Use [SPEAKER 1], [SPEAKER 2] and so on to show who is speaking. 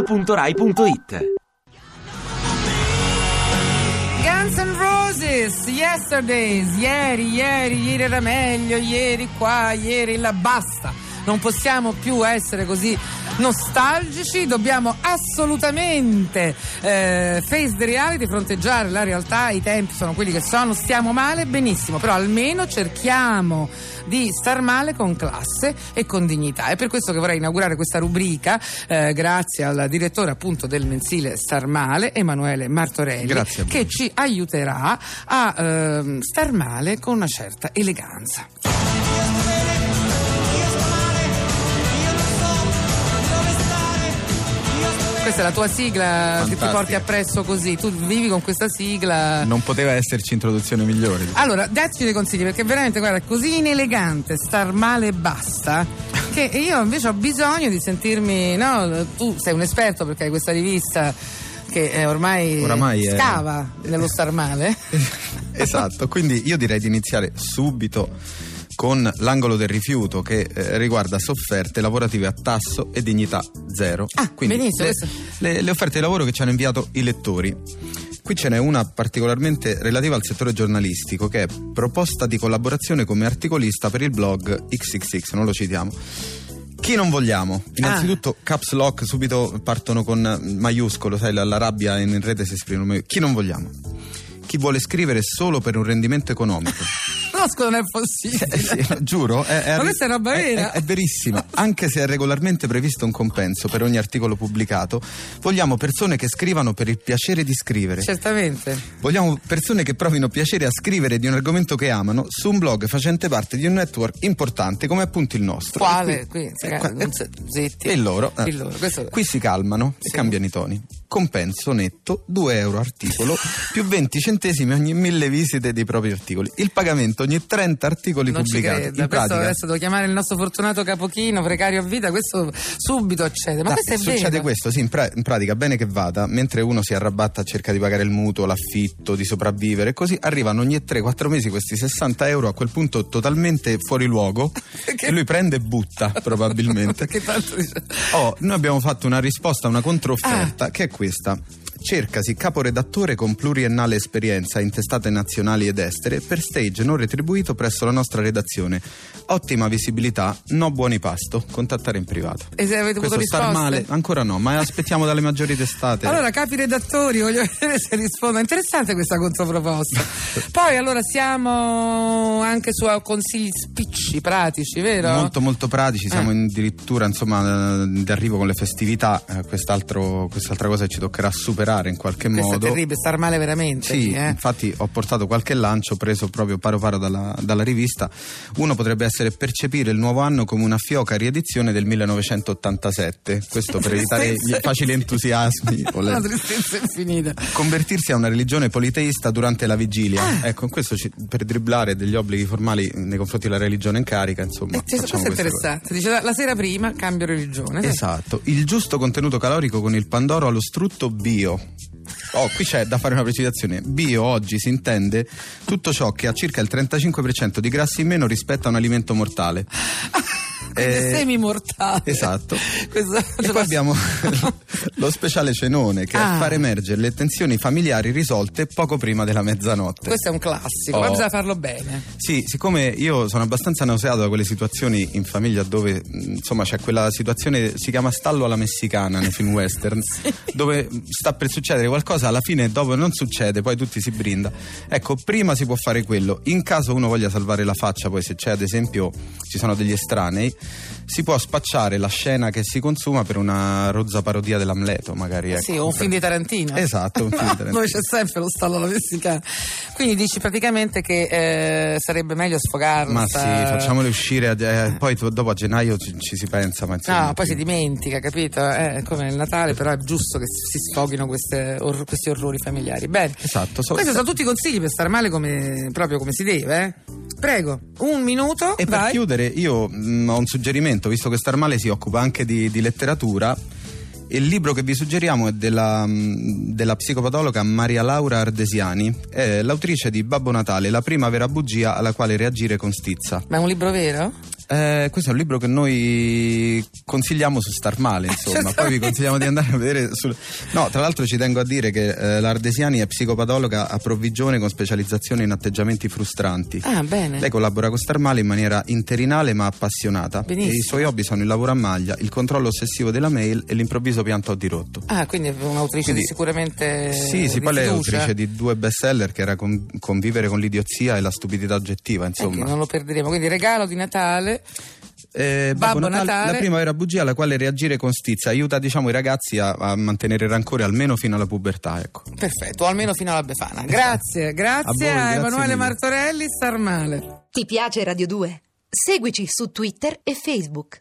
[SPEAKER 1] radio2pod.rai.it
[SPEAKER 2] Guns N' Roses, Yesterdays, ieri, ieri, ieri era meglio, ieri qua, ieri là, basta. Non possiamo più essere così nostalgici, dobbiamo assolutamente eh, face the reality, fronteggiare la realtà, i tempi sono quelli che sono, stiamo male, benissimo, però almeno cerchiamo di star male con classe e con dignità. È per questo che vorrei inaugurare questa rubrica, eh, grazie al direttore appunto del mensile Star Male, Emanuele Martorelli,
[SPEAKER 3] Grazie a voi.
[SPEAKER 2] che ci aiuterà a ehm, star male con una certa eleganza. Questa è la tua sigla che ti
[SPEAKER 3] Fantastica.
[SPEAKER 2] porti appresso così, tu vivi con questa sigla.
[SPEAKER 3] Non poteva esserci introduzione migliore.
[SPEAKER 2] Allora, dacci dei consigli perché veramente guarda, è così inelegante star male e basta. Che io invece ho bisogno di sentirmi, no, tu sei un esperto perché hai questa rivista che eh, ormai,
[SPEAKER 3] Oramai è-
[SPEAKER 2] scava nello star male.
[SPEAKER 3] Esatto, quindi io direi di iniziare subito con l'angolo del rifiuto che eh, riguarda sofferte lavorative a tasso e dignità zero.
[SPEAKER 2] Ah,
[SPEAKER 3] quindi
[SPEAKER 2] benissimo,
[SPEAKER 3] le,
[SPEAKER 2] questo-
[SPEAKER 3] le- le offerte di lavoro che ci hanno inviato i lettori. Qui ce n'è una particolarmente relativa al settore giornalistico che è proposta di collaborazione come articolista per il blog XXX, non lo citiamo. Chi non vogliamo?
[SPEAKER 2] Ah.
[SPEAKER 3] Innanzitutto caps lock, subito partono con maiuscolo, sai, la, la rabbia in in rete si esprime. ma- Chi non vogliamo? Chi vuole scrivere solo per un rendimento economico?
[SPEAKER 2] No, scusa, non è possibile.
[SPEAKER 3] Eh sì, lo giuro, è,
[SPEAKER 2] Ma questa è roba vera.
[SPEAKER 3] È, è verissima, anche se è regolarmente previsto un compenso per ogni articolo pubblicato, vogliamo persone che scrivano per il piacere di scrivere.
[SPEAKER 2] Certo. Certamente.
[SPEAKER 3] Vogliamo persone che provino piacere a scrivere di un argomento che amano su un blog facente parte di un network importante come appunto il nostro.
[SPEAKER 2] Quale?
[SPEAKER 3] E
[SPEAKER 2] Qui, eh,
[SPEAKER 3] e Eh, qua-
[SPEAKER 2] non so, zitti.
[SPEAKER 3] E loro, eh.
[SPEAKER 2] Il loro, questo-
[SPEAKER 3] qui si calmano e
[SPEAKER 2] Sì.
[SPEAKER 3] cambiano i toni. Compenso netto 2 euro articolo più 20 centesimi ogni mille visite dei propri articoli. Il pagamento ogni 30 articoli
[SPEAKER 2] Non ci
[SPEAKER 3] pubblicati.
[SPEAKER 2] credo.
[SPEAKER 3] In
[SPEAKER 2] Questo
[SPEAKER 3] pratica,
[SPEAKER 2] adesso devo chiamare il nostro fortunato capochino, precario a vita, questo subito accede. Ma
[SPEAKER 3] Da-
[SPEAKER 2] questo è
[SPEAKER 3] Ah, succede
[SPEAKER 2] vero.
[SPEAKER 3] questo, sì, in, pra- in pratica, bene che vada, mentre uno si arrabatta, cerca di pagare il mutuo, l'affitto, di sopravvivere e così, arrivano ogni 3-4 mesi questi 60 euro a quel punto totalmente fuori luogo
[SPEAKER 2] Perché-
[SPEAKER 3] e lui prende e butta probabilmente.
[SPEAKER 2] Perché tanto dice-
[SPEAKER 3] Oh, noi abbiamo fatto una risposta, una controfferta,
[SPEAKER 2] Ah.
[SPEAKER 3] che è questa. Cercasi caporedattore con pluriennale esperienza in testate nazionali ed estere per stage non retribuito presso la nostra redazione. Ottima visibilità, no buoni pasto. Contattare in privato.
[SPEAKER 2] E Eh, se avete avuto
[SPEAKER 3] Questo star
[SPEAKER 2] risposte?
[SPEAKER 3] male, ancora no, ma aspettiamo dalle maggiori testate.
[SPEAKER 2] Allora, capi redattori, voglio vedere se rispondo. È interessante questa controproposta. Poi, allora, siamo anche su consigli spicci, pratici, vero?
[SPEAKER 3] Molto molto pratici, siamo
[SPEAKER 2] Eh.
[SPEAKER 3] addirittura insomma eh, d'arrivo con le festività, eh, quest'altro- quest'altra cosa che ci toccherà superare in qualche
[SPEAKER 2] Questo
[SPEAKER 3] modo.
[SPEAKER 2] è terribile, star male veramente.
[SPEAKER 3] Sì,
[SPEAKER 2] eh.
[SPEAKER 3] infatti ho portato qualche lancio preso proprio paro paro dalla, dalla rivista. Uno potrebbe essere percepire il nuovo anno come una fioca riedizione del 1987, questo per evitare gli facili entusiasmi. o le-
[SPEAKER 2] Una tristezza infinita.
[SPEAKER 3] Convertirsi a una religione politeista durante la
[SPEAKER 2] Ah.
[SPEAKER 3] vigilia. Ecco, questo ci- per dribblare degli obblighi formali nei confronti della religione in carica, insomma.
[SPEAKER 2] Eh, questo
[SPEAKER 3] facciamo
[SPEAKER 2] è
[SPEAKER 3] queste cose.
[SPEAKER 2] interessante. Dice la, la sera prima cambio religione. Sai?
[SPEAKER 3] Esatto, il giusto contenuto calorico con il Pandoro allo strutto bio. Oh, qui c'è da fare una precisazione. Bio oggi si intende tutto ciò che ha circa il 35% di grassi in meno rispetto a un alimento mortale.
[SPEAKER 2] Quindi è
[SPEAKER 3] Eh,
[SPEAKER 2] semi-mortale.
[SPEAKER 3] Esatto.
[SPEAKER 2] Questo-
[SPEAKER 3] E poi abbiamo lo speciale cenone che è
[SPEAKER 2] Ah.
[SPEAKER 3] far emergere le tensioni familiari risolte poco prima della mezzanotte.
[SPEAKER 2] Questo è un classico,
[SPEAKER 3] Oh.
[SPEAKER 2] ma bisogna farlo bene.
[SPEAKER 3] Sì, siccome io sono abbastanza nauseato da quelle situazioni in famiglia dove mh, insomma c'è quella situazione si chiama stallo alla messicana nei film western dove mh, sta per succedere qualcosa alla fine dopo non succede poi tutti si brinda ecco prima si può fare quello in caso uno voglia salvare la faccia poi se c'è ad esempio ci sono degli estranei si può spacciare la scena che si consuma per una rozza parodia dell'Amleto, magari.
[SPEAKER 2] Sì,
[SPEAKER 3] ecco.
[SPEAKER 2] o un film di Tarantino.
[SPEAKER 3] Esatto, un film di Tarantino.
[SPEAKER 2] Dove c'è sempre lo stallo alla messicana. Quindi dici praticamente che eh, sarebbe meglio sfogarla.
[SPEAKER 3] Ma sì,
[SPEAKER 2] sta-
[SPEAKER 3] facciamole uscire, a- eh, poi to- dopo a gennaio ci, ci si pensa. Ma insomma,
[SPEAKER 2] No, Ah, poi si
[SPEAKER 3] sì.
[SPEAKER 2] dimentica, capito? Eh, come il Natale, però è giusto che si sfoghino queste or- questi orrori familiari. Bene.
[SPEAKER 3] Esatto, so-
[SPEAKER 2] Questi sono tutti consigli per stare male come, proprio come si deve. eh. Prego, un minuto.
[SPEAKER 3] E per
[SPEAKER 2] vai.
[SPEAKER 3] chiudere, io mh, ho un suggerimento, visto che Star Male si occupa anche di, di letteratura. Il libro che vi suggeriamo è della, mh, della psicopatologa Maria Laura Ardesiani, è l'autrice di Babbo Natale, la prima vera bugia alla quale reagire con stizza.
[SPEAKER 2] Ma è un libro vero?
[SPEAKER 3] Eh, questo è un libro che noi consigliamo su Star Male, insomma, poi vi consigliamo di andare a vedere sul... No, tra l'altro ci tengo a dire che eh, l'Ardesiani è psicopatologa a provvigione con specializzazione in atteggiamenti frustranti.
[SPEAKER 2] Ah, bene.
[SPEAKER 3] Lei collabora con Starmale in maniera interinale ma appassionata.
[SPEAKER 2] Benissimo.
[SPEAKER 3] E I suoi hobby sono il lavoro a maglia, il controllo ossessivo della mail e l'improvviso pianto a dirotto.
[SPEAKER 2] Ah, quindi è un'autrice
[SPEAKER 3] Quindi-
[SPEAKER 2] di sicuramente.
[SPEAKER 3] sì, sì,
[SPEAKER 2] di
[SPEAKER 3] poi lei è
[SPEAKER 2] fiducia. Eh,
[SPEAKER 3] autrice di due bestseller che era con- Convivere con l'idiozia e la stupidità oggettiva,
[SPEAKER 2] Eh, che
[SPEAKER 3] insomma.
[SPEAKER 2] non lo perderemo. Quindi regalo di Natale.
[SPEAKER 3] Eh,
[SPEAKER 2] Babbo Natale.
[SPEAKER 3] La prima vera bugia alla quale reagire con stizza aiuta, diciamo, i ragazzi a, a mantenere il rancore almeno fino alla pubertà, ecco.
[SPEAKER 2] Perfetto, o almeno fino alla Befana. Grazie, grazie a,
[SPEAKER 3] A voi, grazie
[SPEAKER 2] Emanuele
[SPEAKER 3] mille.
[SPEAKER 2] Martorelli, star male.
[SPEAKER 1] Ti piace Radio 2? Seguici su Twitter e Facebook.